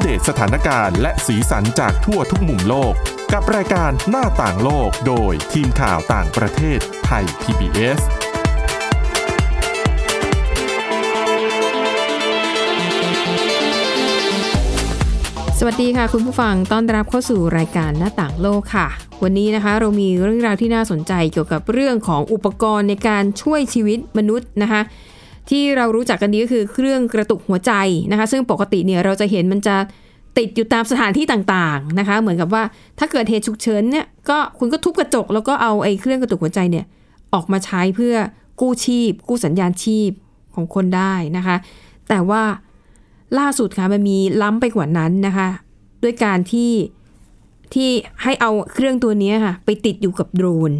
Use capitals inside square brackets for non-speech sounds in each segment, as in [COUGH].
เดตสถานการณ์และสีสันจากทั่วทุกมุมโลก กับรายการหน้าต่างโลกโดยทีมข่าวต่างประเทศไทย PBS สวัสดีค่ะ คุณผู้ฟังต้อนรับเข้าสู่รายการหน้าต่างโลกค่ะ วันนี้นะคะเรามีเรื่องราวที่น่าสนใจเกี่ยวกับเรื่องของอุปกรณ์ในการช่วยชีวิตมนุษย์นะคะ ที่เรารู้จักกันดีก็คือเครื่องกระตุกหัวใจนะคะ ซึ่งปกติเนี่ยเราจะเห็นมันจะติดอยู่ตามสถานที่ต่างๆนะคะ เหมือนกับว่าถ้าเกิดเหตุฉุกเฉินเนี่ยก็คุณก็ทุบกระจก แล้วก็เอาไอ้เครื่องกระตุกหัวใจเนี่ย ออกมาใช้เพื่อกู้ชีพ กู้สัญญาณชีพของคนได้นะคะ แต่ว่า ล่าสุดค่ะมันมีล้ำไปกว่านั้นนะคะ ด้วยการที่ที่ให้เอาเครื่องตัวเนี้ยค่ะ ไปติดอยู่กับโดรน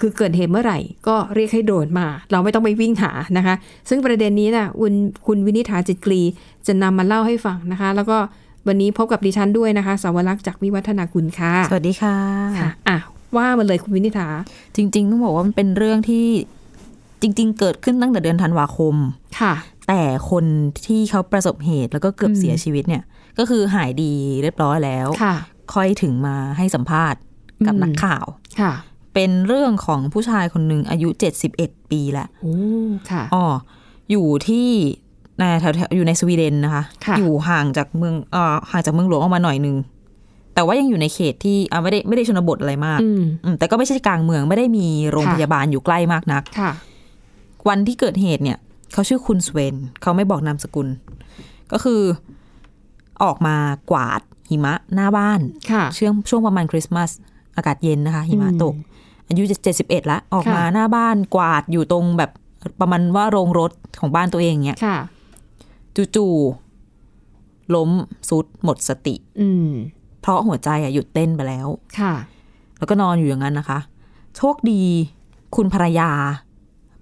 คือเกิดเหตุเมื่อไหร่ ก็เรียกให้โดรนมา เราไม่ต้องไปวิ่งหานะคะ ซึ่งประเด็นนี้นะ่ะคุณคุณวินิษฐาจิตกรีจะนำมาเล่าให้ฟังนะคะ แล้วก็วันนี้พบกับดิฉันด้วยนะคะสาวรักษ์จากวิวัฒนาคุณค่ะ สวัสดีค่ะ ค่ะอ่ะว่ามาเลยคุณวินิษฐา จริงๆต้องบอกว่ามันเป็นเรื่องที่จริง ๆ เกิดขึ้นตั้งแต่เดือนธันวาคม ค่ะ แต่คนที่เขาประสบเหตุแล้วก็เกือบ อืม เสียชีวิตเนี่ย ก็คือหายดีเรียบร้อยแล้ว ค่ะ ค่อยถึงมาให้สัมภาษณ์กับ อืม นักข่าว ค่ะ เป็นเรื่องของผู้ชายคนหนึ่งอายุ 71 ปีละ โอ้ค่ะ อ๋ออยู่ที่ในแถวๆอยู่ในสวีเดนนะคะ ค่ะ อยู่ห่างจากเมืองเอ่อห่างจากเมืองหลวงออกมาหน่อยหนึงแต่ว่ายังอยู่ในเขตที่อ่ะไม่ได้ไม่ได้ชนบทอะไรมาก อืม อืมแต่ก็ไม่ใช่กลางเมืองไม่ได้มีโรง ค่ะ พยาบาลอยู่ใกล้มากนัก ค่ะ วันที่เกิดเหตุเนี่ย เขาชื่อคุณสเวนเขาไม่บอกนามสกุล ก็คือออกมากวาดหิมะหน้าบ้าน ค่ะ ช่วงช่วงประมาณคริสต์มาสอากาศเย็นนะคะ หิมะ อืม ตก อายุเจ็ดสิบเอ็ดละออก ค่ะ มาหน้าบ้านกวาดอยู่ตรงแบบประมาณว่าโรงรถของบ้านตัวเองเนี่ย ค่ะ จู่ๆล้มสุดหมดสติ อืม เพราะหัวใจอะหยุดเต้นไปแล้ว ค่ะ แล้วก็นอนอยู่อย่างนั้นนะคะ โชคดีคุณภรรยา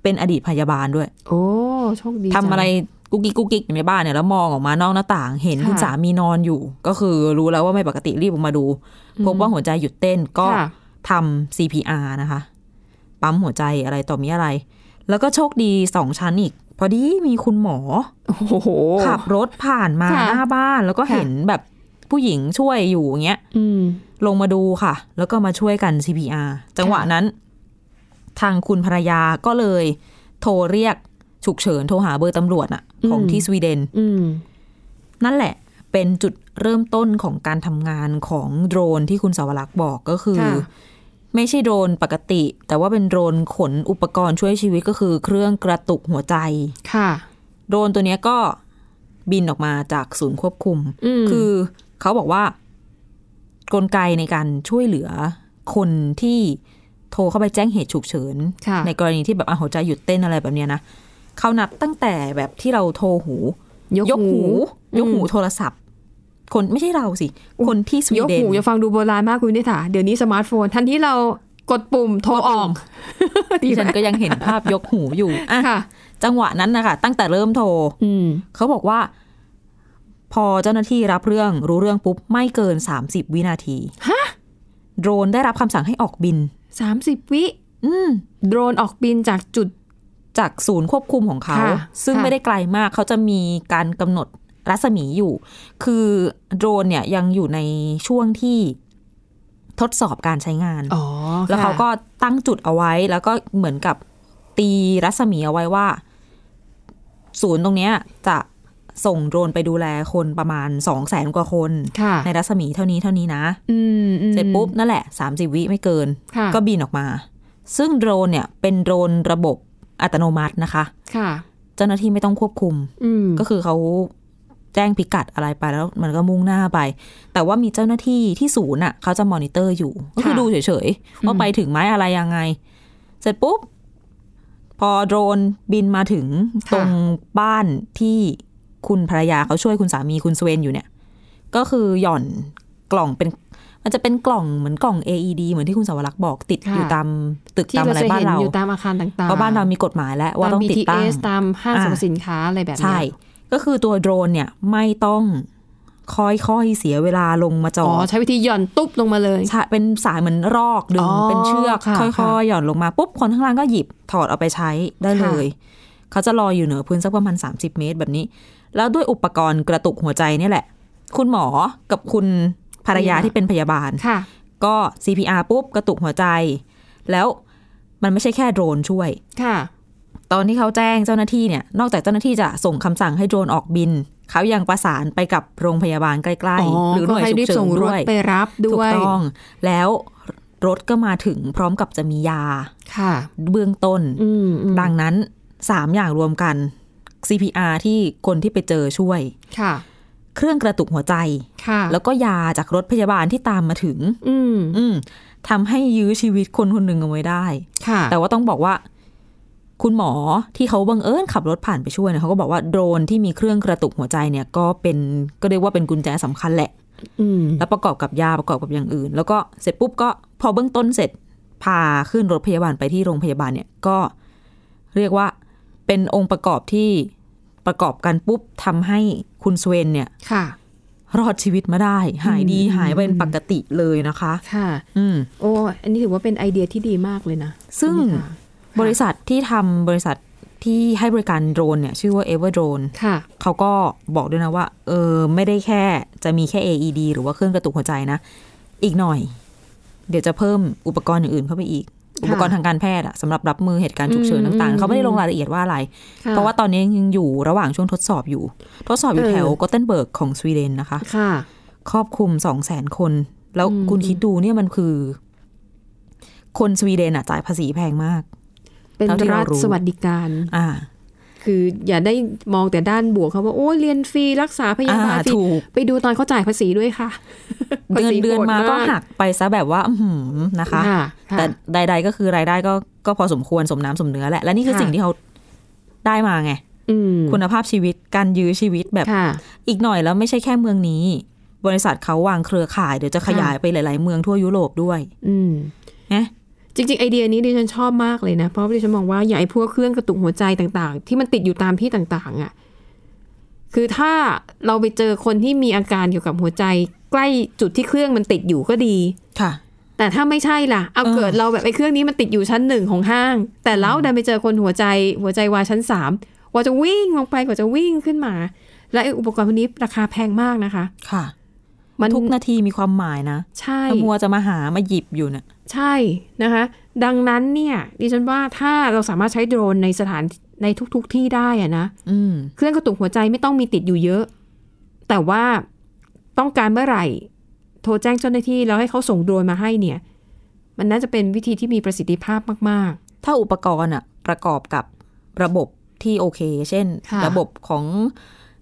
เป็นอดีตพยาบาลด้วย โอ้โชคดี ทำ จัง อะไรกุ๊กกิ๊กกุ๊กกิ๊กอยู่ในบ้านเนี่ยแล้วมองออกมานอกหน้าต่าง เห็น ค่ะ คุณสามีนอนอยู่ ก็คือรู้แล้วว่าไม่ปกติรีบออกมาดู พบว่าหัวใจหยุดเต้นก็ ค่ะ ทำ CPR นะคะ ปั๊มหัวใจอะไรต่อมีอะไร แล้วก็โชคดีสองชั้นอีก พอดีมีคุณหมอ โอ้โห ขับรถผ่านมา ค่ะ หน้าบ้าน แล้วก็ ค่ะ เห็นแบบผู้หญิงช่วยอยู่อย่างเงี้ย อืม ลงมาดูค่ะ แล้วก็มาช่วยกัน CPR จังหวะนั้น ทางคุณภรรยาก็เลย โทรเรียกฉุกเฉินโทรหาเบอร์ตำรวจน่ะ อืม ของที่สวีเดน อืม นั่นแหละ เป็นจุดเริ่มต้นของการทำงานของโดรนที่คุณสาวรักษ์บอกก็คือ ค่ะ ไม่ใช่โดรนปกติ แต่ว่าเป็นโดรนขนอุปกรณ์ช่วยชีวิตก็คือเครื่องกระตุกหัวใจ ค่ะ โดรนตัวเนี้ยก็บินออกมาจากศูนย์ควบคุม อืม คือเขาบอกว่า กลไกในการช่วยเหลือคนที่โทรเข้าไปแจ้งเหตุฉุกเฉิน ค่ะ ในกรณีที่แบบอ่ะหัวใจหยุดเต้นอะไรแบบเนี้ยนะเขานับตั้งแต่แบบที่เราโทรหู ยกหู ยกหูโทรศัพท์ คนไม่ใช่เราสิ คนที่สวี ยก เดน หูจะฟังดูโบราณมากคุณนิถาเดี๋ยวนี้สมาร์ทโฟนทันที่เรากดปุ่มโทรออก ดิฉัน ไหม ก็ยังเห็นภา [LAUGHS] พยกหูอยู่อ่ะ ค่ะ จังหวะนั้นนะคะตั้งแต่เริ่มโทร อืม เขาบอกว่า พอเจ้าหน้าที่รับเรื่องรู้เรื่องปุ๊บ ไม่เกิน 30 วินาที ฮะ โดรนได้รับคำสั่งให้ออกบิน สามสิบวิ อืม โดรนออกบินจากจุด จากศูนย์ควบคุมของเขา ค่ะ ซึ่ง ค่ะ ไม่ได้ไกลมากเขาจะมีการกำหนดรัศมีอยู่ คือโดรนเนี่ยยังอยู่ในช่วงที่ทดสอบการใช้งาน อ๋อ แล้วเขาก็ตั้งจุดเอาไว้ แล้วก็เหมือนกับตีรัศมีเอาไว้ว่า ศูนย์ตรงเนี้ยจะส่งโดรนไปดูแลคนประมาณสองแสนกว่าคน ค่ะ ในรัศมีเท่านี้เท่านี้นะ อืมอืม เสร็จปุ๊บนั่นแหละ 30 วิไม่เกิน ค่ะ ก็บินออกมา ซึ่งโดรนเนี่ยเป็นโดรนระบบอัตโนมัตินะคะ ค่ะ เจ้าหน้าที่ไม่ต้องควบคุม อืม ก็คือเขาแจ้งพิกัดอะไรไปแล้วมันก็มุ่งหน้าไป แต่ว่ามีเจ้าหน้าที่ที่ศูนย์อ่ะเขาจะมอนิเตอร์อยู่ ก็คือดูเฉยๆ ว่าไปถึงไหมอะไรยังไง เสร็จปุ๊บ พอโดรนบินมาถึง ะ ตรงบ้านที่คุณภรรยาเขาช่วยคุณสามีคุณสเวนอยู่เนี่ย ก็คือหย่อนกล่องเป็น มันจะเป็นกล่องเหมือนกล่อง AED เหมือนที่คุณสาวรักษ์บอกติดอยู่ตามตึก ที่ ตาม เรา อะไร จะ บ้า เห็ น น เรา อยู่ตามอาคารต่างๆ เพราะบ้านเรามีกฎหมายแล้ว ว่า ตาม ต้องติดตั้ง BTS ตามห้างสรรพสินค้าอะไรแบบเนี้ย ใช่ ก็คือตัวโดรนเนี่ยไม่ต้องค่อยๆ เสียเวลาลงมาจอ อ๋อ ด ใช้วิธีหย่อนตุ๊บลงมาเลย ใช่เป็นสายเหมือนรอกดึ อ๋ ง อ เป็นเชือก ค่ะ ค่ ค่ะ อยๆ หย่อนลงมาปุ๊บคนข้างล่างก็หยิบถอดเอาไปใช้ได้ ค่ะ เลย เขาจะลอยอยู่เหนือพื้นสักประมาณ 30 เมตรแบบนี้ แล้วด้วยอุปกรณ์กระตุกหัวใจเนี่ยแหละ คุณหมอกับคุณภรรยาที่เป็นพยาบาล ค่ะ ก็ CPR ปุ๊บกระตุกหัวใจ แล้วมันไม่ใช่แค่โดรนช่วย ค่ะ ตอนที่เขาแจ้งเจ้าหน้าที่เนี่ย นอกจากเจ้าหน้าที่จะส่งคำสั่งให้โดรนออกบิน เขายังประสานไปกับโรงพยาบาลใกล้ อ๋อ ๆ หรือหน่วย ก็ให้ ฉุก รีบ เฉิ ส่ น งรถด้วย ไปรับ ถู ด้ ก วย ต้อง แล้วรถก็มาถึงพร้อมกับจะมียา ค่ะ เบื้องต้น อืมอืม ดังนั้นสามอย่างรวมกัน CPR ที่คนที่ไปเจอช่วย ค่ะ เครื่องกระตุกหัวใจ ค่ะ แล้วก็ยาจากรถพยาบาลที่ตามมาถึง อืม อืมทำให้ยื้อชีวิตคนคนหนึ่งเอาไว้ได้ ค่ะ แต่ว่าต้องบอกว่า คุณหมอที่เขาบังเอิญขับรถผ่านไปช่วยเนี่ยเขาก็บอกว่าโดรนที่มีเครื่องกระตุกหัวใจเนี่ย ก็เป็นก็เรียกว่าเป็นกุญแจสำคัญแหละ อืม แล้วประกอบกับยาประกอบกับอย่างอื่น แล้วก็เสร็จปุ๊บก็พอเบื้องต้นเสร็จพาขึ้นรถพยาบาลไปที่โรงพยาบาลเนี่ยก็เรียกว่าเป็นองค์ประกอบที่ประกอบกันปุ๊บทำให้คุณสเวนเนี่ย ค่ะ รอดชีวิตมาได้ หายดี อืม หายเป็นปกติเลยนะคะ ค่ะ อืม โอ้อันนี้ถือว่าเป็นไอเดียที่ดีมากเลยนะ ซึ่ง คุณค่ะ บริษัทที่ทำบริษัทที่ให้บริการโดรนเนี่ย ชื่อว่า Ever Drone ค่ะ เขาก็บอกด้วยนะว่า เออ ไม่ได้แค่จะมีแค่ AED หรือว่าเครื่องกระตุกหัวใจนะ อีกหน่อย เดี๋ยวจะเพิ่มอุปกรณ์อย่างอื่นเข้าไปอีก อุปกรณ์ทางการแพทย์อะสำหรับรับมือเหตุการณ์ฉุกเฉินต่าง อืม ๆ เขาไม่ได้ลงรายละเอียดว่าอะไร ค่ เพราะว่าตอนนี้ยังอยู่ระหว่างช่วงทดสอบอยู่ ทดสอบอยู่ เออ แถวกอตเทนเบิร์กของสวีเดนนะคะ ค่ะ ครอบคลุมสองแสนคน แล้ว อืม คุณคิดดูเนี่ยมันคือ คนสวีเดนอะจ่ายภาษีแพงมาก เป็น เท่าที่ รั เรา ฐ รู้ สวัสดิการ อ่า คืออย่าได้มองแต่ด้านบวกเขาว่าโอ้ยเรียนฟรีรักษาพยาบาลฟรี ถูก ไปดูตอนเขาจ่ายภาษีด้วยค่ะ เดือนเดือนมาก็หักไปซะแบบว่า อื้อหือนะคะ ค่ะค่แต่ะ ใด ๆ ก็คือรายได้ก็ก็พอสมควรสมน้ำสมเนื้อแหละ และนี่คือ ค่ะ สิ่งที่เขาได้มาไง อืม คุณภาพชีวิตการยื้อชีวิตแบบ ค่ะ อีกหน่อยแล้วไม่ใช่แค่เมืองนี้ บริษัทเขาวางเครือข่ายเดี๋ยวจะขยายไปหลาย ๆ เมืองทั่วยุโรปด้วย อืม นะ จริงๆ ไอเดียนี้ดิฉันชอบมากเลยนะ เพราะดิฉันมองว่าอย่างไอพวกเครื่องกระตุกหัวใจต่างๆ ที่มันติดอยู่ตามที่ต่างๆอะ่ะคือถ้าเราไปเจอคนที่มีอาการเกี่ยวกับหัวใจ ใกล้จุดที่เครื่องมันติดอยู่ก็ดี ค่ะ แต่ถ้าไม่ใช่ล่ะ เอา เออ เกิดเราแบบไอ้เครื่องนี้มันติดอยู่ชั้นหนึ่งของห้าง แต่แล้วดันไปเจอคนหัวใจหัวใจวายชั้นสามกว่าจะวิ่งลงไปกว่าจะวิ่งขึ้นมา และไอ้อุปกรณ์พวกนี้ราคาแพงมากนะคะ ค่ะ มัน ทุกนาทีมีความหมายนะ ใช่ ถ้ามัวจะมาหามาหยิบอยู่เนี่ย ใช่นะคะ ดังนั้นเนี่ยดิฉันว่าถ้าเราสามารถใช้โดรนในสถานในทุก ๆ ที่ได้อะนะ อืม เครื่องกระตุกหัวใจไม่ต้องมีติดอยู่เยอะ แต่ว่าต้องการเมื่อไหร่ โทรแจ้งเจ้าหน้าที่แล้วให้เขาส่งโดรนมาให้เนี่ย มันน่าจะเป็นวิธีที่มีประสิทธิภาพมาก ถ้าอุปกรณ์อะประกอบกับระบบที่โอเค เช่น ค่ะ ระบบของ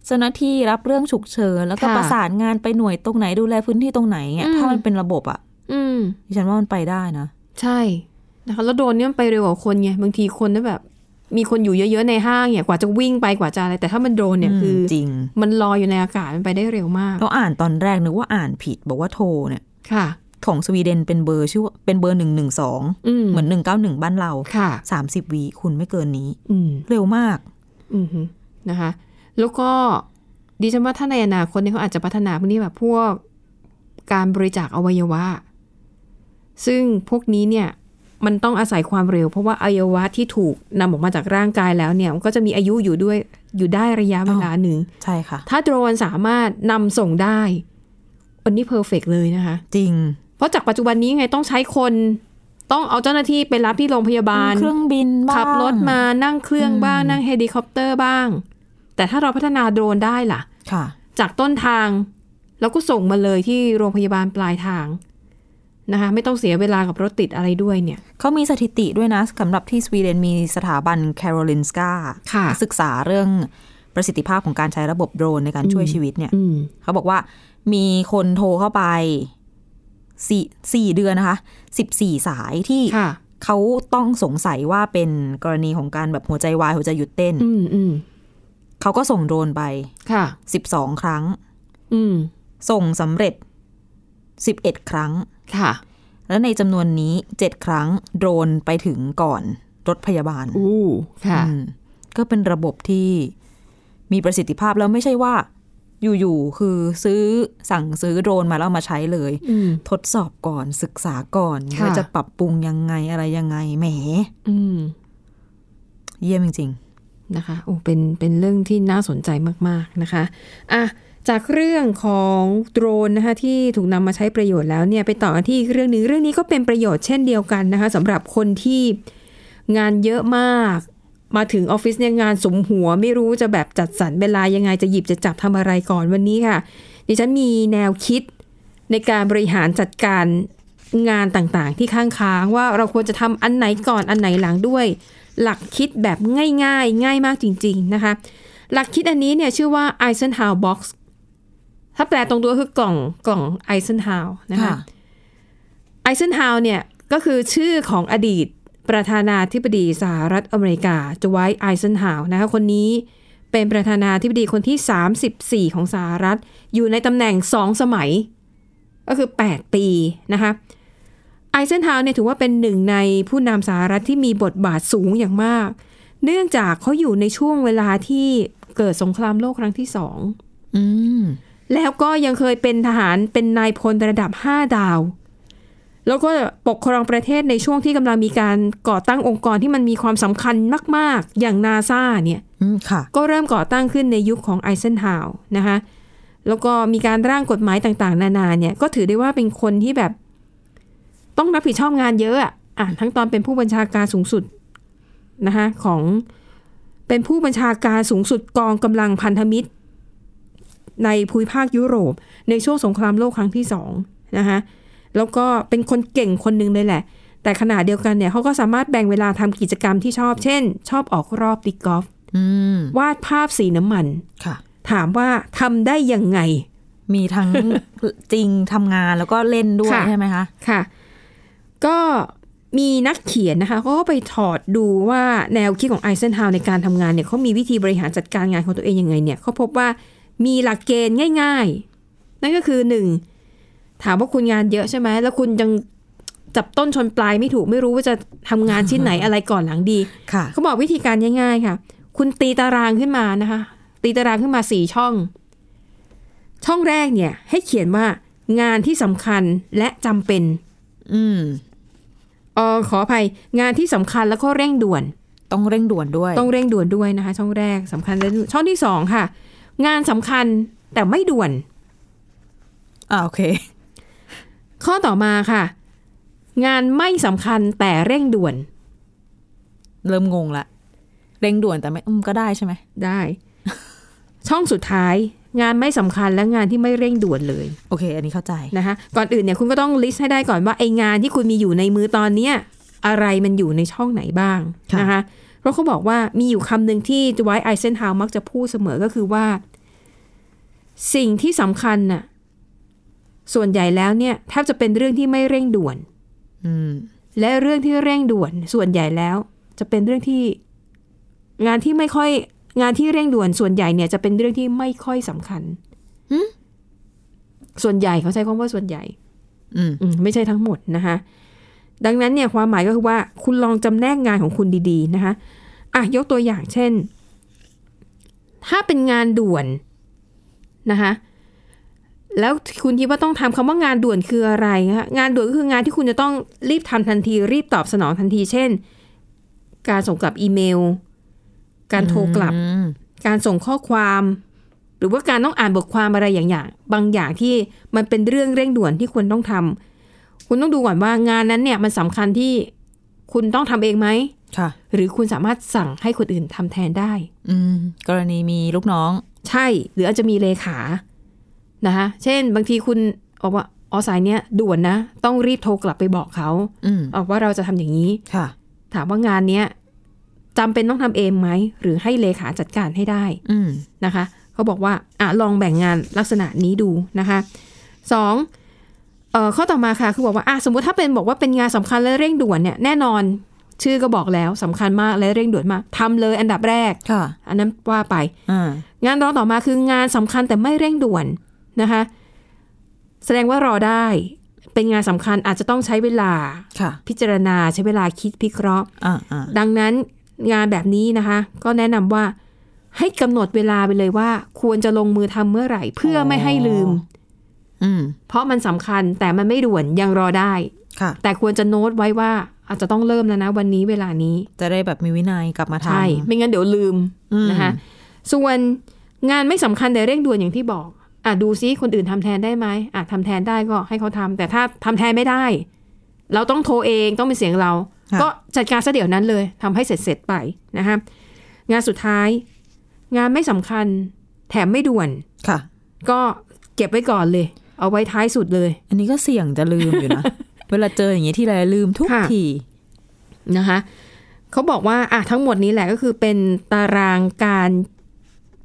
เจ้าหน้าที่รับเรื่องฉุกเฉินแล้วก็ ค่ะ ประสานงานไปหน่วยตรงไหนดูแลพื้นที่ตรงไหนเงี้ อืมยถ้ามันเป็นระบบอะ ๆ อืม ดิฉันว่ามันไปได้นะ ใช่นะคะแล้วโดรนเนี่ยมันไปเร็วกว่าคนไงบางทีคนเนี่ยแบบ มีคนอยู่เยอะๆในห้างเนี่ยกว่าจะวิ่งไปกว่าจะอะไรแต่ถ้ามันโดรนเนี่ยคือ จริง มันลอยอยู่ในอากาศมันไปได้เร็วมาก เราอ่านตอนแรกนึกว่าอ่านผิดบอกว่าโทรเนี่ย ค่ะ ของสวีเดนเป็นเบอร์ชื่อว่าเป็นเบอร์หนึ่งหนึ่งสอง อืม เหมือนหนึ่งเก้าหนึ่งบ้านเรา ค่ะ สามสิบวีคุณไม่เกินนี้ อืม เร็วมาก อือฮึนะคะ แล้วก็ดิฉันว่าถ้าในอนาคตเนี่ยเขาอาจจะพัฒนาพวกนี้แบบพวกการบริจาคอวัยวะ ซึ่งพวกนี้เนี่ยมันต้องอาศัยความเร็ว เพราะว่าอวัยวะที่ถูกนำออกมาจากร่างกายแล้วเนี่ยมันก็จะมีอายุอยู่ด้วยอยู่ได้ระยะเวลาหนึ่ง ใช่ค่ะ ถ้าโดรนสามารถนำส่งได้อันนี้เพอร์เฟกเลยนะคะ จริง เพราะจากปัจจุบันนี้ไงต้องใช้คนต้องเอาเจ้าหน้าที่ไปรับที่โรงพยาบาล เครื่องบินบ้าง ขับรถมานั่งเครื่องบ้าง อืม นั่งเฮลิคอปเตอร์บ้าง แต่ถ้าเราพัฒนาโดรนได้ล่ะ ค่ะ จากต้นทางเราก็ส่งมาเลยที่โรงพยาบาลปลายทางนะคะไม่ต้องเสียเวลากับรถติดอะไรด้วยเนี่ย เขามีสถิติด้วยนะสำหรับที่สวีเดนมีสถาบันแคโรลินสกา ค่ะ ศึกษาเรื่องประสิทธิภาพของการใช้ระบบโดรนในการช่วยชีวิตเนี่ย อืม เขาบอกว่ามีคนโทรเข้าไปสี่สี่เดือนนะคะสิบสี่สายที่ ค่ะ เขาต้องสงสัยว่าเป็นกรณีของการแบบหัวใจวายหัวใจหยุดเต้น อืมอืม เขาก็ส่งโดรนไป ค่ะ สิบสองครั้ง อืม ส่งสำเร็จสิบเอ็ดครั้ง ค่ะ และในจำนวนนี้เจ็ดครั้งโดรนไปถึงก่อนรถพยาบาล อู้ค่ะ อืมก็เป็นระบบที่มีประสิทธิภาพแล้วไม่ใช่ว่า อยู่ๆคือซื้อสั่งซื้อโดรนมาแล้วเอามาใช้เลย อืม ทดสอบก่อนศึกษาก่อน ค่ะ ว่าจะปรับปรุงยังไงอะไรยังไงแหม อืม เยี่ยมจริง นะคะโอ้เป็นเป็นเรื่องที่น่าสนใจมากๆนะคะอ่ะ จากเรื่องของโดรนนะคะที่ถูกนำมาใช้ประโยชน์แล้วเนี่ยไปต่อกันที่อีกเรื่องหนึ่งเรื่องนี้ก็เป็นประโยชน์เช่นเดียวกันนะคะสำหรับคนที่งานเยอะมาก มาถึงออฟฟิศเนี่ยงานสมหัวไม่รู้จะแบบจัดสรรเวลายังไงจะหยิบจะจับทำอะไรก่อนวันนี้ค่ะ ดิฉันมีแนวคิดในการบริหารจัดการงานต่างๆ ที่ข้างค้างว่าเราควรจะทำอันไหนก่อนอันไหนหลังด้วย หลักคิดแบบง่ายๆ ง่ายมากจริง ๆนะคะ หลักคิดอันนี้เนี่ยชื่อว่า Eisenhower Box ถ้าแปลตรงตัวคือกล่องกล่อง Eisenhower นะคะ ไอเซนฮาวเนี่ยก็คือชื่อของอดีตประธานาธิบดีสหรัฐอเมริกาจไว้ไอเซนฮาวนะคะคนนี้เป็นประธานาธิบดีคนที่ 34 ของสหรัฐ อยู่ในตำแหน่ง 2 สมัย ก็คือ 8 ปีนะคะไอเซนฮาวเนี่ยถือว่าเป็นหนึ่งในผู้นำสหรัฐที่มีบทบาทสูงอย่างมาก เนื่องจากเขาอยู่ในช่วงเวลาที่เกิดสงครามโลกครั้งที่สอง อืม แล้วก็ยังเคยเป็นทหารเป็นนายพลระดับ 5 ดาว แล้วก็ปกครองประเทศในช่วงที่กำลังมีการก่อตั้งองค์กรที่มันมีความสำคัญมาก ๆ อย่างนาซาเนี่ย อืมค่ะ ก็เริ่มก่อตั้งขึ้นในยุคของไอเซนฮาวนะคะแล้วก็มีการร่างกฎหมายต่างๆ นานาเนี่ย ก็ถือได้ว่าเป็นคนที่แบบ ต้องรับผิดชอบงานเยอะอะอ่ะทั้งตอนเป็นผู้บัญชาการสูงสุดนะคะของเป็นผู้บัญชาการสูงสุดกองกำลังพันธมิตร ในภูมิภาคยุโรป ในช่วงสงครามโลกครั้งที่สองนะคะแล้วก็เป็นคนเก่งคนหนึ่งเลยแหละ แต่ขณะเดียวกันเนี่ยเขาก็สามารถแบ่งเวลาทำกิจกรรมที่ชอบ เช่น ชอบออกรอบตีกอล์ฟ อืม วาดภาพสีน้ำมัน ค่ะ ถามว่าทำได้ยังไง มีทั้ง จริงทำงานแล้วก็เล่นด้วย ค่ะ ใช่ไหมคะ ค่ะ ก็มีนักเขียนนะคะเขาก็ไปถอดดูว่าแนวคิดของไอเซนฮาวในการทำงานเนี่ยเขามีวิธีบริหารจัดการงานของตัวเองยังไงเนี่ยเขาพบว่ามีหลักเกณฑ์ง่าย ๆ นั่นก็คือหนึ่งถามว่าคุณงานเยอะใช่ไหมแล้วคุณยังจับต้นชนปลายไม่ถูกไม่รู้ว่าจะทำงานชิ้นไหน อะไรก่อนหลังดี ค่ะ เขาบอกวิธีการง่ายๆค่ะ คุณตีตารางขึ้นมานะคะ ตีตารางขึ้นมาสี่ช่อง ช่องแรกเนี่ย ให้เขียนว่างานที่สำคัญและจำเป็น อืม เออขออภัย งานที่สำคัญแล้วก็เร่งด่วน ต้องเร่งด่วนด้วย ต้องเร่งด่วนด้วยนะคะ ช่องแรกสำคัญและด่วนช่องที่สองค่ะ งานสำคัญแต่ไม่ด่วน อ่าโอเค ข้อต่อมาค่ะ งานไม่สำคัญแต่เร่งด่วน เริ่มงงละ เร่งด่วนแต่ไม่อืมก็ได้ใช่ไหม ได้ [LAUGHS] ช่องสุดท้าย งานไม่สำคัญและงานที่ไม่เร่งด่วนเลย โอเค อันนี้เข้าใจ นะคะก่อนอื่นเนี่ยคุณก็ต้องลิสต์ให้ได้ก่อนว่าไองานที่คุณมีอยู่ในมือตอนเนี้ยอะไรมันอยู่ในช่องไหนบ้าง ค่ะ นะคะเพราะเขาบอกว่ามีอยู่คำหนึ่งที่จวายไอเซนฮาวมักจะพูดเสมอก็คือว่า สิ่งที่สำคัญน่ะส่วนใหญ่แล้วเนี่ยแทบจะเป็นเรื่องที่ไม่เร่งด่วน อืม และเรื่องที่เร่งด่วน ส่วนใหญ่แล้ว จะเป็นเรื่องที่ งานที่ไม่ค่อย งานที่เร่งด่วนส่วนใหญ่เนี่ยจะเป็นเรื่องที่ไม่ค่อยสำคัญ หึ ส่วนใหญ่เขาใช้คำว่าส่วนใหญ่ อืม อืมไม่ใช่ทั้งหมดนะคะ ดังนั้นเนี่ยความหมายก็คือว่าคุณลองจำแนกงานของคุณดีๆนะคะอ่ะยกตัวอย่างเช่น ถ้าเป็นงานด่วนนะคะแล้วคุณคิดว่าต้องทำคำว่างานด่วนคืออะไรคะงานด่วนก็คืองานที่คุณจะต้องรีบทำทันที รีบตอบสนองทันที เช่น การส่งกลับอีเมล การโทรกลับ อืม การส่งข้อความ หรือว่าการต้องอ่านบทความอะไรอย่างอย่างบางอย่างที่มันเป็นเรื่องเร่งด่วนที่ควรต้องทำคุณต้องดูก่อนว่างานนั้นเนี่ยมันสำคัญที่คุณต้องทำเองไหม ค่ะ หรือคุณสามารถสั่งให้คนอื่นทำแทนได้ อืม กรณีมีลูกน้อง ใช่หรืออาจจะมีเลขานะคะเช่นบางทีคุณบอกว่าอ๋อสายเนี้ยด่วนนะ ต้องรีบโทรกลับไปบอกเขา อืม ออกว่าเราจะทำอย่างนี้ ค่ะ ถามว่างานเนี้ยจำเป็นต้องทำเองไหมหรือให้เลขาจัดการให้ได้ อืม นะคะเขาบอกว่าอ่ะลองแบ่งงานลักษณะนี้ดูนะคะสองเอ่อข้อต่อมาค่ะคือบอกว่าอ่ะสมมติถ้าเป็นบอกว่าเป็นงานสำคัญและเร่งด่วนเนี่ยแน่นอนชื่อก็บอกแล้วสำคัญมากและเร่งด่วนมากทำเลยอันดับแรก ค่ะ อันนั้นว่าไป อ่า งานรองต่อมาคืองานสำคัญแต่ไม่เร่งด่วนนะคะแสดงว่ารอได้เป็นงานสำคัญอาจจะต้องใช้เวลา ค่ะ พิจารณาใช้เวลาคิดพิเคราะห์ อ่าอ่า ดังนั้นงานแบบนี้นะคะ ก็แนะนำว่าให้กำหนดเวลาไปเลยว่า ควรจะลงมือทำเมื่อไหร่ เพื่อไม่ให้ลืม อืม เพราะมันสำคัญแต่มันไม่ด่วนยังรอได้ ค่ะ แต่ควรจะโน้ตไว้ว่า อาจจะต้องเริ่มแล้วนะ วันนี้เวลานี้ จะได้แบบมีวินัยกลับมาทำ ใช่ไม่งั้นเดี๋ยวลืม อืม นะคะส่วนงานไม่สำคัญแต่เร่งด่วนอย่างที่บอก อ่ะดูซิคนอื่นทำแทนได้ไหมอ่ะทำแทนได้ก็ให้เขาทำแต่ถ้าทำแทนไม่ได้ เราต้องโทรเองต้องเป็นเสียงเรา ค่ะ ก็จัดการซะเดี๋ยวนั้นเลยทำให้เสร็จเสร็จๆไปนะคะงานสุดท้าย งานไม่สำคัญแถมไม่ด่วน ค่ะ ก็เก็บไว้ก่อนเลย เอาไว้ท้ายสุดเลย อันนี้ก็เสี่ยงจะลืมอยู่นะ [LAUGHS] เวลาเจออย่างนี้ที่ไรลืมทุก ค่ะ ที นะคะเขาบอกว่าอ่ะทั้งหมดนี้แหละก็คือเป็นตารางการ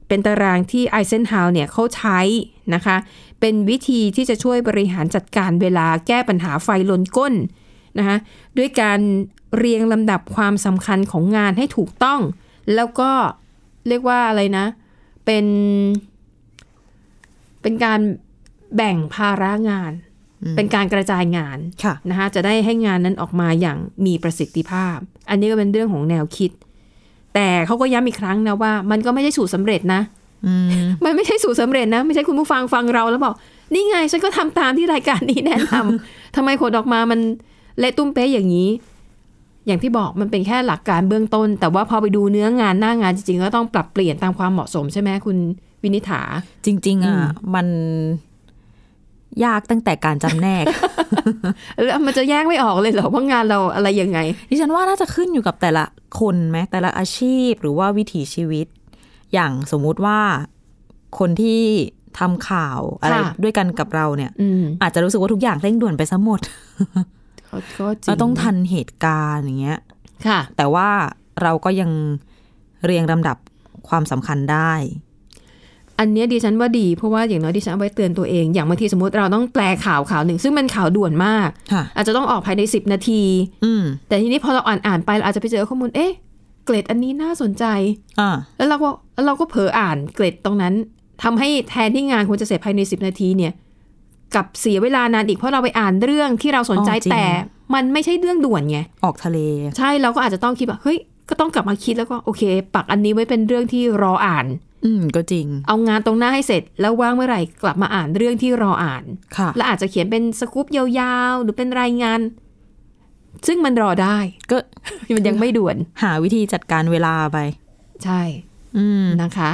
เป็นตารางที่ไอเซนฮาวเนี่ยเขาใช้นะคะ เป็นวิธีที่จะช่วยบริหารจัดการเวลาแก้ปัญหาไฟลนก้นนะคะด้วยการเรียงลำดับความสำคัญของงานให้ถูกต้อง แล้วก็เรียกว่าอะไรนะ เป็น เป็นการแบ่งภาระงาน เป็นการกระจายงาน ค่ะ นะคะจะได้ให้งานนั้นออกมาอย่างมีประสิทธิภาพ อันนี้ก็เป็นเรื่องของแนวคิด แต่เขาก็ย้ำอีกครั้งนะว่า มันก็ไม่ใช่สูตรสำเร็จนะ อืม มันไม่ใช่สูตรสำเร็จนะ ไม่ใช่คุณผู้ฟังฟังเราแล้วบอก นี่ไงฉันก็ทำตามที่รายการนี้แนะนำ ทำ [LAUGHS] ไมผลออกมามันเละตุ้มเป๊ะอย่างนี้ อย่างที่บอกมันเป็นแค่หลักการเบื้องต้น แต่ว่าพอไปดูเนื้องานหน้างานจริงๆก็ต้องปรับเปลี่ยนตามความเหมาะสมใช่ไหมคุณวินิษฐา จริง ๆ อ่ะ อืม มันยากตั้งแต่การจำแน [LAUGHS] ก แล้วมันจะแยกไม่ออกเลยเหรอว่างานเราอะไรยังไง ดิฉันว่าน่าจะขึ้นอยู่กับแต่ละคนไหมแต่ละอาชีพหรือว่าวิถีชีวิต อย่างสมมุติว่าคนที่ทำข่าวอะไร ค่ะ ด้วยกันกับเราเนี่ย อืม อาจจะรู้สึกว่าทุกอย่างเร่งด่วนไปซะหมด [LAUGHS] ก็ก็จริ เราต้องทันเหตุการณ์อย่างเงี้ย ค่ะ แต่ว่าเราก็ยังเรียงลำดับความสำคัญได้ อันเนี้ยดิฉันว่าดีเพราะว่าอย่างน้อยดิฉันเอาไว้เตือนตัวเอง อย่างบางทีสมมติเราต้องแปลข่าวข่าวหนึ่ง ซึ่งมันข่าวด่วนมาก ค่ะ อาจจะต้องออกภายใน 10 นาที อืม แต่ทีนี้พอเราอ่านอ่านไปเราอาจจะไปเจอข้อมูลเอ๊ะเกรดอันนี้น่าสนใจ อ่า แล้วเราก็แล้วเราก็เผลออ่านเกรดตรงนั้นทำให้แทนที่งานควรจะเสร็จภายใน 10 นาทีเนี่ยกลับเสียเวลานานอีกเพราะเราไปอ่านเรื่องที่เราสนใจ อ๋อจริง แต่มันไม่ใช่เรื่องด่วนไง ออกทะเล ใช่เราก็อาจจะต้องคิดว่าเฮ้ยก็ต้องกลับมาคิดแล้วก็โอเค ปักอันนี้ไว้เป็นเรื่องที่รออ่าน อืม ก็จริง เอางานตรงหน้าให้เสร็จแล้วว่างเมื่อไหร่กลับมาอ่านเรื่องที่รออ่าน ค่ะ และอาจจะเขียนเป็นสกู๊ปยาวๆ หรือเป็นรายงาน ซึ่งมันรอได้ [LAUGHS] ก็ มันยังไม่ด่วน หาวิธีจัดการเวลาไป ใช่ อืม นะคะ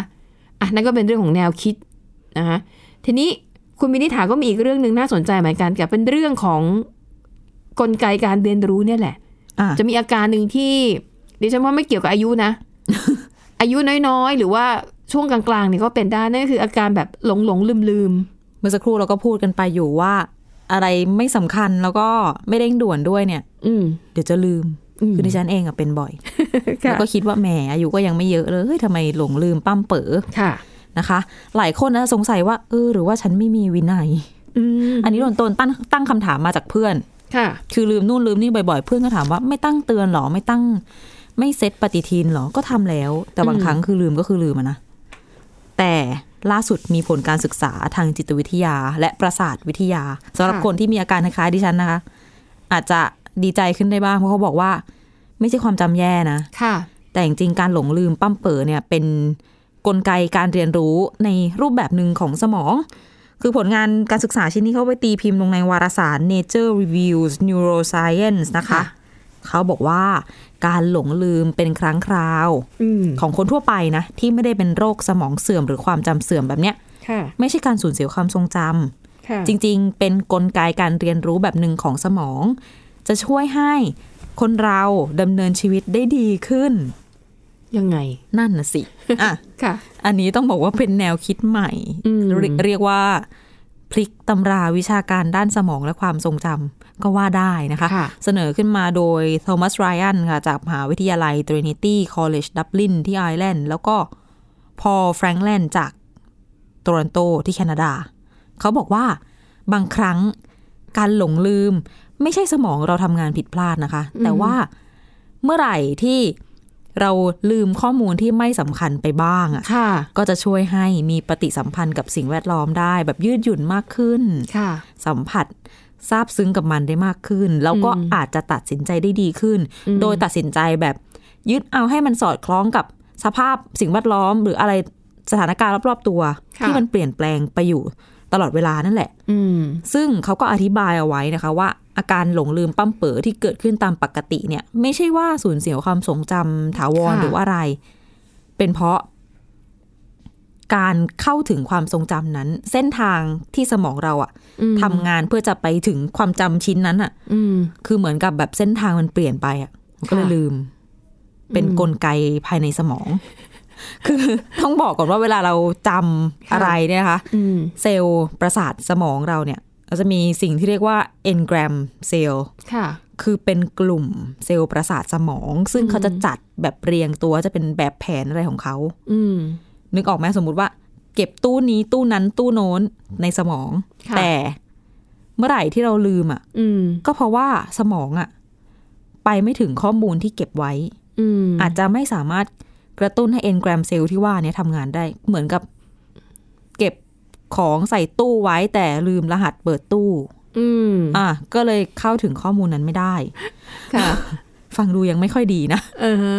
อ่ะนั่นก็เป็นเรื่องของแนวคิดนะคะทีนี้คุณมินิษฐาก็มีอีกเรื่องหนึ่งน่าสนใจเหมือนกันกับเป็นเรื่องของกลไกการเรียนรู้เนี่ยแหละ อ่า จะมีอาการหนึ่งที่ดิฉันว่าไม่เกี่ยวกับอายุ [LAUGHS] นะ อายุน้อยๆ หรือว่าช่วงกลางๆเนี่ยก็เป็นได้นั่นก็คืออาการแบบหลงหลงลืมลืมๆ เมื่อสักครู่เราก็พูดกันไปอยู่ว่า อะไรไม่สำคัญแล้วก็ไม่เร่งด่วนด้วยเนี่ย อืม เดี๋ยวจะลืม อืม คือดิฉันเองอะเป็นบ่อย ค่ะ แล้วก็คิดว่าแหมอายุก็ยังไม่เยอะเลยเฮ้ยทำไมหลงลืมปั้มเป๋อ ค่ะ นะคะ หลายคนนะสงสัยว่าเออหรือว่าฉันไม่มีวินัย อืม อันนี้โดนตนตั้งตั้งคำถามมาจากเพื่อน ค่ะ คือลืมนู่นลืมนี่บ่อยๆ เพื่อนก็ถามว่าไม่ตั้งเตือนหรอไม่ตั้ง ไม่เซตปฏิทินหรอก็ทำแล้ว แต่บาง อืม ครั้งคือลืมก็คือลืมอะนะ แต่ล่าสุดมีผลการศึกษาทางจิตวิทยาและประสาทวิทยาสำหรับคนที่มีอาการคล้ายๆดิฉันนะคะ อาจจะดีใจขึ้นได้บ้าง เพราะเขาบอกว่า ไม่ใช่ความจำแย่นะ ค่ะ แต่จริงๆการหลงลืมปั้มเป๋อเนี่ยเป็นกลไกการเรียนรู้ในรูปแบบหนึ่งของสมอง คือผลงานการศึกษาชิ้นนี้เขาไปตีพิมพ์ลงในวารสาร Nature Reviews Neuroscience นะคะ ค่ะ เขาบอกว่าการหลงลืมเป็นครั้งคราว อืม ของคนทั่วไปนะ ที่ไม่ได้เป็นโรคสมองเสื่อมหรือความจำเสื่อมแบบเนี้ย ค่ะ ไม่ใช่การสูญเสียความทรงจำ ค่ะ จริงๆ เป็นนกลไกการเรียนรู้แบบหนึ่งของสมอง จะช่วยให้คนเราดำเนินชีวิตได้ดีขึ้น ยังไง นั่นน่ะสิ อ่ะ ค่ะ อันนี้ต้องบอกว่าเป็นแนวคิดใหม่ อืม เรียเรียกว่าพลิกตำราวิชาการด้านสมองและความทรงจำก็ว่าได้นะคะ ค่ะ เสนอขึ้นมาโดยโทมัสไรอันค่ะ จากมหาวิทยาลัย Trinity College Dublin ที่ไอร์แลนด์แล้วก็พอแฟรงแลนด์จากโตรอนโตที่แคนาดา เขาบอกว่าบางครั้งการหลงลืม ไม่ใช่สมองเราทำงานผิดพลาดนะคะ แต่ว่าเมื่อไหร่ที่เราลืมข้อมูลที่ไม่สำคัญไปบ้างอะ ค่ะ ก็จะช่วยให้มีปฏิสัมพันธ์กับสิ่งแวดล้อมได้ แบบยืดหยุ่นมากขึ้น ค่ะ สัมผัสซาบซึ้งกับมันได้มากขึ้น แล้วก็ อืม อาจจะตัดสินใจได้ดีขึ้น โดยตัดสินใจแบบยึดเอาให้มันสอดคล้องกับสภาพสิ่งแวดล้อม หรืออะไรสถานการณ์รอบๆตัว ค่ะ ที่มันเปลี่ยนแปลงไปอยู่ตลอดเวลานั่นแหละ อืม ซึ่งเขาก็อธิบายเอาไว้นะคะว่าอาการหลงลืมปั้มเป๋อที่เกิดขึ้นตามปกติเนี่ย ไม่ใช่ว่าสูญเสียความทรงจำถาวร ค่ะ หรือว่าอะไร เป็นเพราะ การเข้าถึงความทรงจำนั้น เส้นทางที่สมองเราอะ อืม ทำงานเพื่อจะไปถึงความจำชิ้นนั้นอะ อืม คือเหมือนกับแบบเส้นทางมันเปลี่ยนไปอะก็เลย ค่ะ ลืม เป็นกลไกภายในสมอง [LAUGHS] คือต้องบอกก่อนว่าเวลาเราจำอะไรเนี่ยนะคะ อืม เซลล์ประสาทสมองเราเนี่ยเราจะมีสิ่งที่เรียกว่า engram cell ค่ะ คือเป็นกลุ่มเซลล์ประสาทสมอง ซึ่งเขาจะจัดแบบเรียงตัวจะเป็นแบบแผนอะไรของเขา อืม นึกออกไหมสมมุติว่า เก็บตู้นี้ตู้นั้นตู้โน้นในสมอง ค่ะ แต่เมื่อไหร่ที่เราลืมอ่ะ อืม ก็เพราะว่าสมองอ่ะ ไปไม่ถึงข้อมูลที่เก็บไว้ อืม อาจจะไม่สามารถกระตุ้นให้เอนแกรมเซลล์ที่ว่าเนี่ยทำงานได้ เหมือนกับ เก็บของใส่ตู้ไว้ แต่ลืมรหัสเปิดตู้ อืม อ่ะก็เลยเข้าถึงข้อมูลนั้นไม่ได้ ค่ะ ฟังดูยังไม่ค่อยดีนะ [LAUGHS] เออฮะ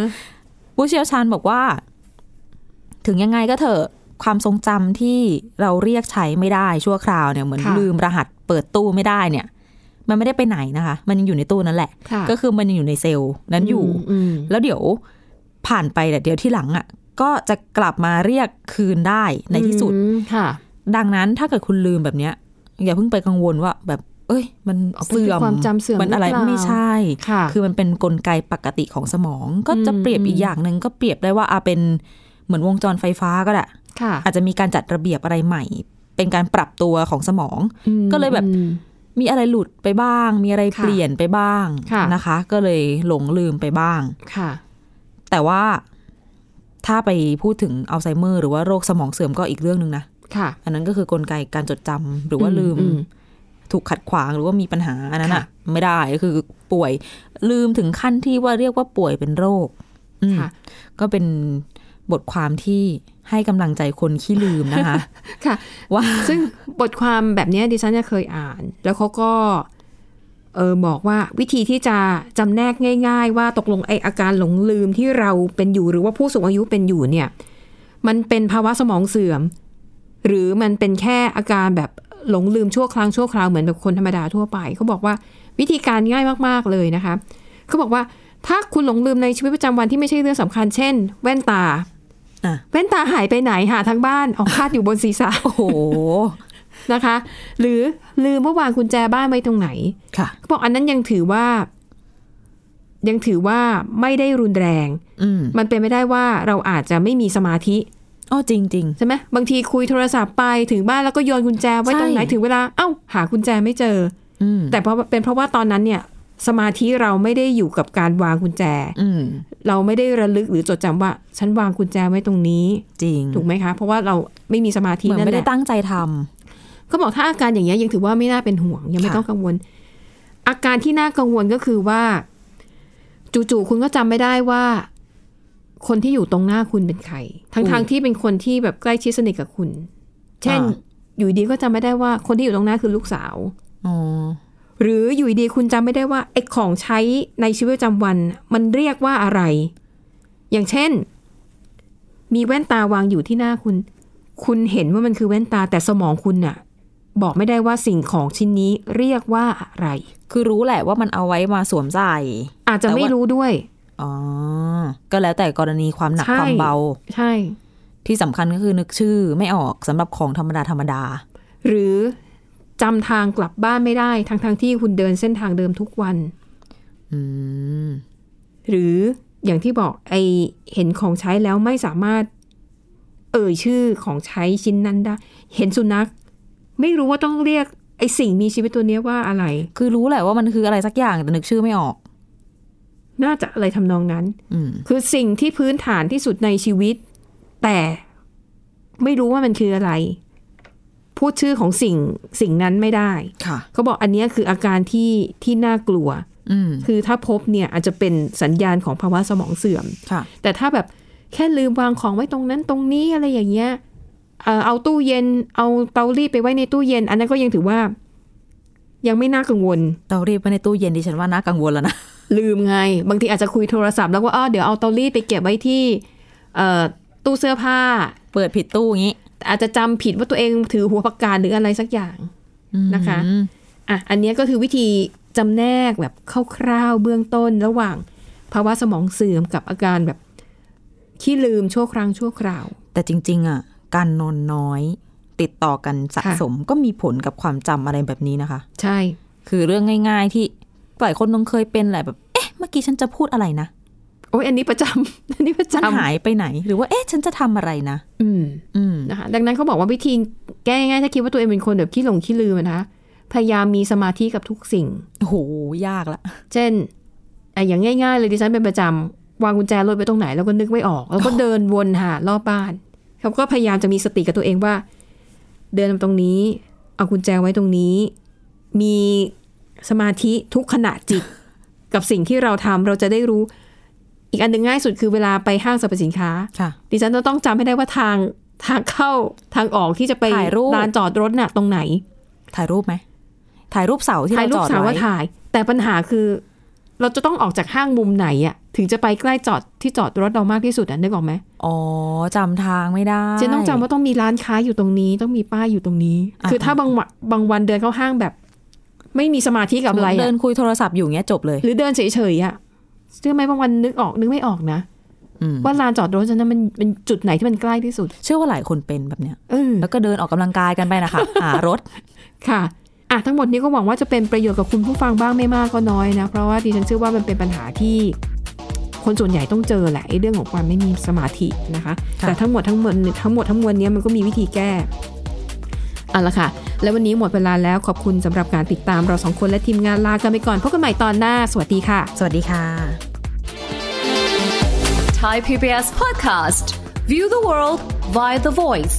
ผู้เชี่ยวชาญบอกว่า ถึงยังไงก็เถอะความทรงจำที่เราเรียกใช้ไม่ได้ชั่วคราวเนี่ยเหมือน ค่ะ ลืมรหัสเปิดตู้ไม่ได้เนี่ย มันไม่ได้ไปไหนนะคะ มันยังอยู่ในตู้นั่นแหละ ค่ะ ก็คือมันยังอยู่ในเซลล์นั้นอยู่ อืม แล้วเดี๋ยวผ่านไปเนี่ยเดี๋ยวที่หลังอ่ะ ก็จะกลับมาเรียกคืนได้ในที่สุด อืมค่ะ ดังนั้นถ้าเกิดคุณลืมแบบเนี้ย อย่าเพิ่งไปกังวลว่าแบบ เอ้ย มัน อ๋อเป็น เสื่อม ความจำเสื่อม มันอะไร หรือเปล่า ไม่ใช่ ค่ะ คือมันเป็นนกลไกปกติของสมอง ก็จะ อืม เปรียบอีกอย่างหนึ่งก็เปรียบได้ว่าอาเป็นเหมือนวงจรไฟฟ้าก็ได้ ค่ะ อาจจะมีการจัดระเบียบอะไรใหม่ เป็นการปรับตัวของสมอง อืม ก็เลยแบบ อืม มีอะไรหลุดไปบ้าง มีอะไร ค่ะ เปลี่ยนไปบ้าง ค่ะ นะคะ ก็เลยหลงลืมไปบ้าง ค่ะ แต่ว่าถ้าไปพูดถึงอัลไซเมอร์หรือว่าโรคสมองเสื่อมก็อีกเรื่องหนึ่งนะ ค่ะ อันนั้นก็คือกลไกการจดจำหรือว่าลืม อื ถูกขัดขวางหรือว่ามีปัญหาอันนั้น ค่ะ อ่ะ ไม่ได้ก็คือป่วยลืมถึงขั้นที่ว่าเรียกว่าป่วยเป็นโรคอืม ค่ะ ก็เป็นบทความที่ให้กำลังใจคนขี้ลืมนะคะ [LAUGHS] ค่ะ ว่า ซึ่งบทความแบบเนี้ยดิฉันเนี่ยเคยอ่าน แล้วเขาก็เออบอกว่าวิธีที่จะจำแนกง่าย ๆ ว่าตกลงไออาการหลงลืมที่เราเป็นอยู่หรือว่าผู้สูงอายุเป็นอยู่เนี่ย มันเป็นภาวะสมองเสื่อม หรือมันเป็นแค่อาการแบบหลงลืมชั่วครั้งชั่วคราวเหมือนแบบคนธรรมดาทั่วไปเขาบอกว่าวิธีการง่ายมากๆเลยนะคะเขาบอกว่าถ้าคุณหลงลืมในชีวิตประจำวันที่ไม่ใช่เรื่องสำคัญเช่น แว่นตา อ่ะ แว่นตาหายไปไหนหาทั้งบ้านออกคาดอยู่บนศีรษะ โอ้โห นะคะ หรือลืมว่าวางกุญแจบ้านไว้ตรงไหน ค่ะ เขาบอกอันนั้นยังถือว่า ยังถือว่าไม่ได้รุนแรง อืม มันเป็นไม่ได้ว่าเราอาจจะไม่มีสมาธิ อ๋อจริงจริง ใช่ไหมบางทีคุยโทรศัพท์ไปถึงบ้านแล้วก็โยนกุญแจไว้ ใช่ ตรงไหนถึงเวลาเอ้า หากุญแจไม่เจอ ๆอืม แต่เพราะเป็นเพราะว่าตอนนั้นเนี่ย สมาธิเราไม่ได้อยู่กับการวางกุญแจ อืม เราไม่ได้ระลึกหรือจดจำว่า ฉันวางกุญแจไว้ตรงนี้ จริง ถูกไหมคะ เพราะว่าเราไม่มีสมาธิ เหมือน นั่น ไม่ แห ได้ ละ ตั้งใจทำ ก็บอกถ้าอาการอย่างนี้ยยังถือว่าไม่น่าเป็นห่วง ยังไม่ ค่ะ ต้องกังวล อาการที่น่ากังวลก็คือว่า จู่ๆคุณก็จำไม่ได้ว่า คนที่อยู่ตรงหน้าคุณเป็นใคร ทั้งๆที่เป็นคนที่แบบใกล้ชิดสนิทกับคุณ เช่น อยู่ดีก็จำไม่ได้ว่าคนที่อยู่ตรงหน้าคือลูกสาว อ๋อ หรืออยู่ดีคุณจำไม่ได้ว่าไอ้ของใช้ในชีวิตประจำวัน มันเรียกว่าอะไร อย่างเช่น มีแว่นตาวางอยู่ที่หน้าคุณ คุณเห็นว่ามันคือแว่นตาแต่สมองคุณน่ะ บอกไม่ได้ว่าสิ่งของชิ้นนี้เรียกว่าอะไร คือรู้แหละว่ามันเอาไว้มาสวมใส่ อาจจะไม่รู้ด้วย อ๋อ ก็แล้วแต่กรณีความหนัก ใช่ ความเบา ใช่ ที่สำคัญก็คือนึกชื่อไม่ออกสำหรับของธรรมดาธรรมดา หรือจำทางกลับบ้านไม่ได้ทั้งๆทที่คุณเดินเส้นทางเดิมทุกวัน อืม หรืออย่างที่บอกไอเห็นของใช้แล้วไม่สามารถ เอ่ยชื่อของใช้ชิ้นนั้นได้ เห็นสุนัข ไม่รู้ว่าต้องเรียกไอสิ่งมีชีวิตตัวเนี้ยว่าอะไร คือรู้แหละว่ามันคืออะไรสักอย่างแต่นึกชื่อไม่ออก น่าจะอะไรทำนองนั้น อืม คือสิ่งที่พื้นฐานที่สุดในชีวิต แต่ไม่รู้ว่ามันคืออะไร พูดชื่อของสิ่งสิ่งนั้นไม่ได้ ค่ะ เขาบอกอันเนี้ยคืออาการที่ที่น่ากลัว อืม คือถ้าพบเนี่ยอาจจะเป็นสัญญาณของภาวะสมองเสื่อม ค่ะ แต่ถ้าแบบแค่ลืมวางของไว้ตรงนั้นตรงนี้อะไรอย่างเงี้ยเอ่อเอาตู้เย็น เอาเตารีดไปไว้ในตู้เย็น อันนั้นก็ยังถือว่า ยังไม่น่ากังวล เตารีบไปในตู้เย็นดิฉันว่าน่ากังวลแล้วนะ [LAUGHS] ลืมไง บางทีอาจจะคุยโทรศัพท์แล้วก็อ้อเดี๋ยวเอาเตารีดไปเก็บไว้ที่เอ่อตู้เสื้อผ้า เปิดผิดตู้อย่างนี้ อาจจะจำผิดว่าตัวเองถือหัวปากกาหรืออะไรสักอย่าง นะคะ อืม อ่ะอันเนี้ยก็คือวิธีจำแนกแบบคร่าวๆเบื้องต้นระหว่างภาวะสมองเสื่อมกับอาการแบบขี้ลืมชั่วครั้งชั่วคราว แต่จริง ๆ อ่ะ การนอนน้อย ติดต่อกันสะ ค่ะ สมก็มีผลกับความจำอะไรแบบนี้นะคะ ใช่ คือเรื่องง่าย ๆที่หลายคนต้องเคยเป็นแหละแบบ เอ๊ะ เมื่อกี้ฉันจะพูดอะไรนะ โอ้ยอันนี้ประจำ [LAUGHS] อันนี้ประ ฉัน จำ หายไปไหน หรือว่าเอ๊ะ ฉันจะทำอะไรนะ อืม อืม นะคะดังนั้นเขาบอกว่าวิธีแก้ง่ายๆถ้าคิดว่าตัวเองเป็นคนแบบขี้หลงขี้ลืมอะนะคะพยายามมีสมาธิกับทุกสิ่ง โอ้โห ยากละ เช่นอ่ะอย่างง่าย ๆ เลยดิฉันเป็นประจำวางกุญแจรถไว้ตรงไหนแล้วก็นึกไม่ออก แล้วก็เดินวนหารอบบ้านเขาก็พยายามจะมีสติกับตัวเองว่า เดินมาตรงนี้ เอากุญแจไว้ตรงนี้ มีสมาธิทุกขณะจิต กับสิ่งที่เราทำเราจะได้รู้ อีกอันหนึ่งง่ายสุดคือเวลาไปห้างสรรพสินค้า ค่ะ ดิฉันจะต้องจำให้ได้ว่าทางทางเข้าทางออกที่จะไป ถ่ายรูป ลานจอดรถน่ะตรงไหน ถ่ายรูปไหม ถ่ายรูปเสาที่ ถ่าย เรา รู จ ป อด สาว ไว้ ว่าถ่าย แต่ปัญหาคือ เราจะต้องออกจากห้างมุมไหนอะถึงจะไปใกล้จอดที่จอดรถเรามากที่สุดอะนึกออกไหม อ๋อจำทางไม่ได้ เจนต้องจำว่าต้องมีร้านค้าอยู่ตรงนี้ ต้องมีป้ายอยู่ตรงนี้ อ่า คือถ้าบางวันบางวันเดินเข้าห้างแบบ ไม่มีสมาธิกับอะไร เดิ อะ นคุยโทรศัพท์อยู่เงี้ยจบเลย หรือเดินเฉยๆอะเชื่อไหมบางวันนึกออกนึกไม่ออกนะ อืม ว่าลานจอดรถฉันนั้นมันมันจุดไหนที่มันใกล้ที่สุด เชื่อว่าหลายคนเป็นแบบเนี้ย เออ แล้วก็เดินออกกำลังกายกันไปนะคะ หารถ ค่ะอ่ะทั้งหมดนี้ก็หวังว่าจะเป็นประโยชน์กับคุณผู้ฟังบ้างไม่มากก็น้อยนะ เพราะว่าดิฉันเชื่อว่ามันเป็นปัญหาที่ คนส่วนใหญ่ต้องเจอแหละไอ้เรื่องของความไม่มีสมาธินะคะ ค่ะ แต่ทั้งหมดทั้งมวลทั้งหมดทั้งมวลเนี้ยมันก็มีวิธีแก้เอาละค่ะ แล้ววันนี้หมดเวลาแล้วขอบคุณสำหรับการติดตามเราสองคนและทีมงานลากันไปก่อนพบกันใหม่ตอนหน้า สวัสดีค่ะ สวัสดีค่ะ Thai PBS podcast. View the world via the voice.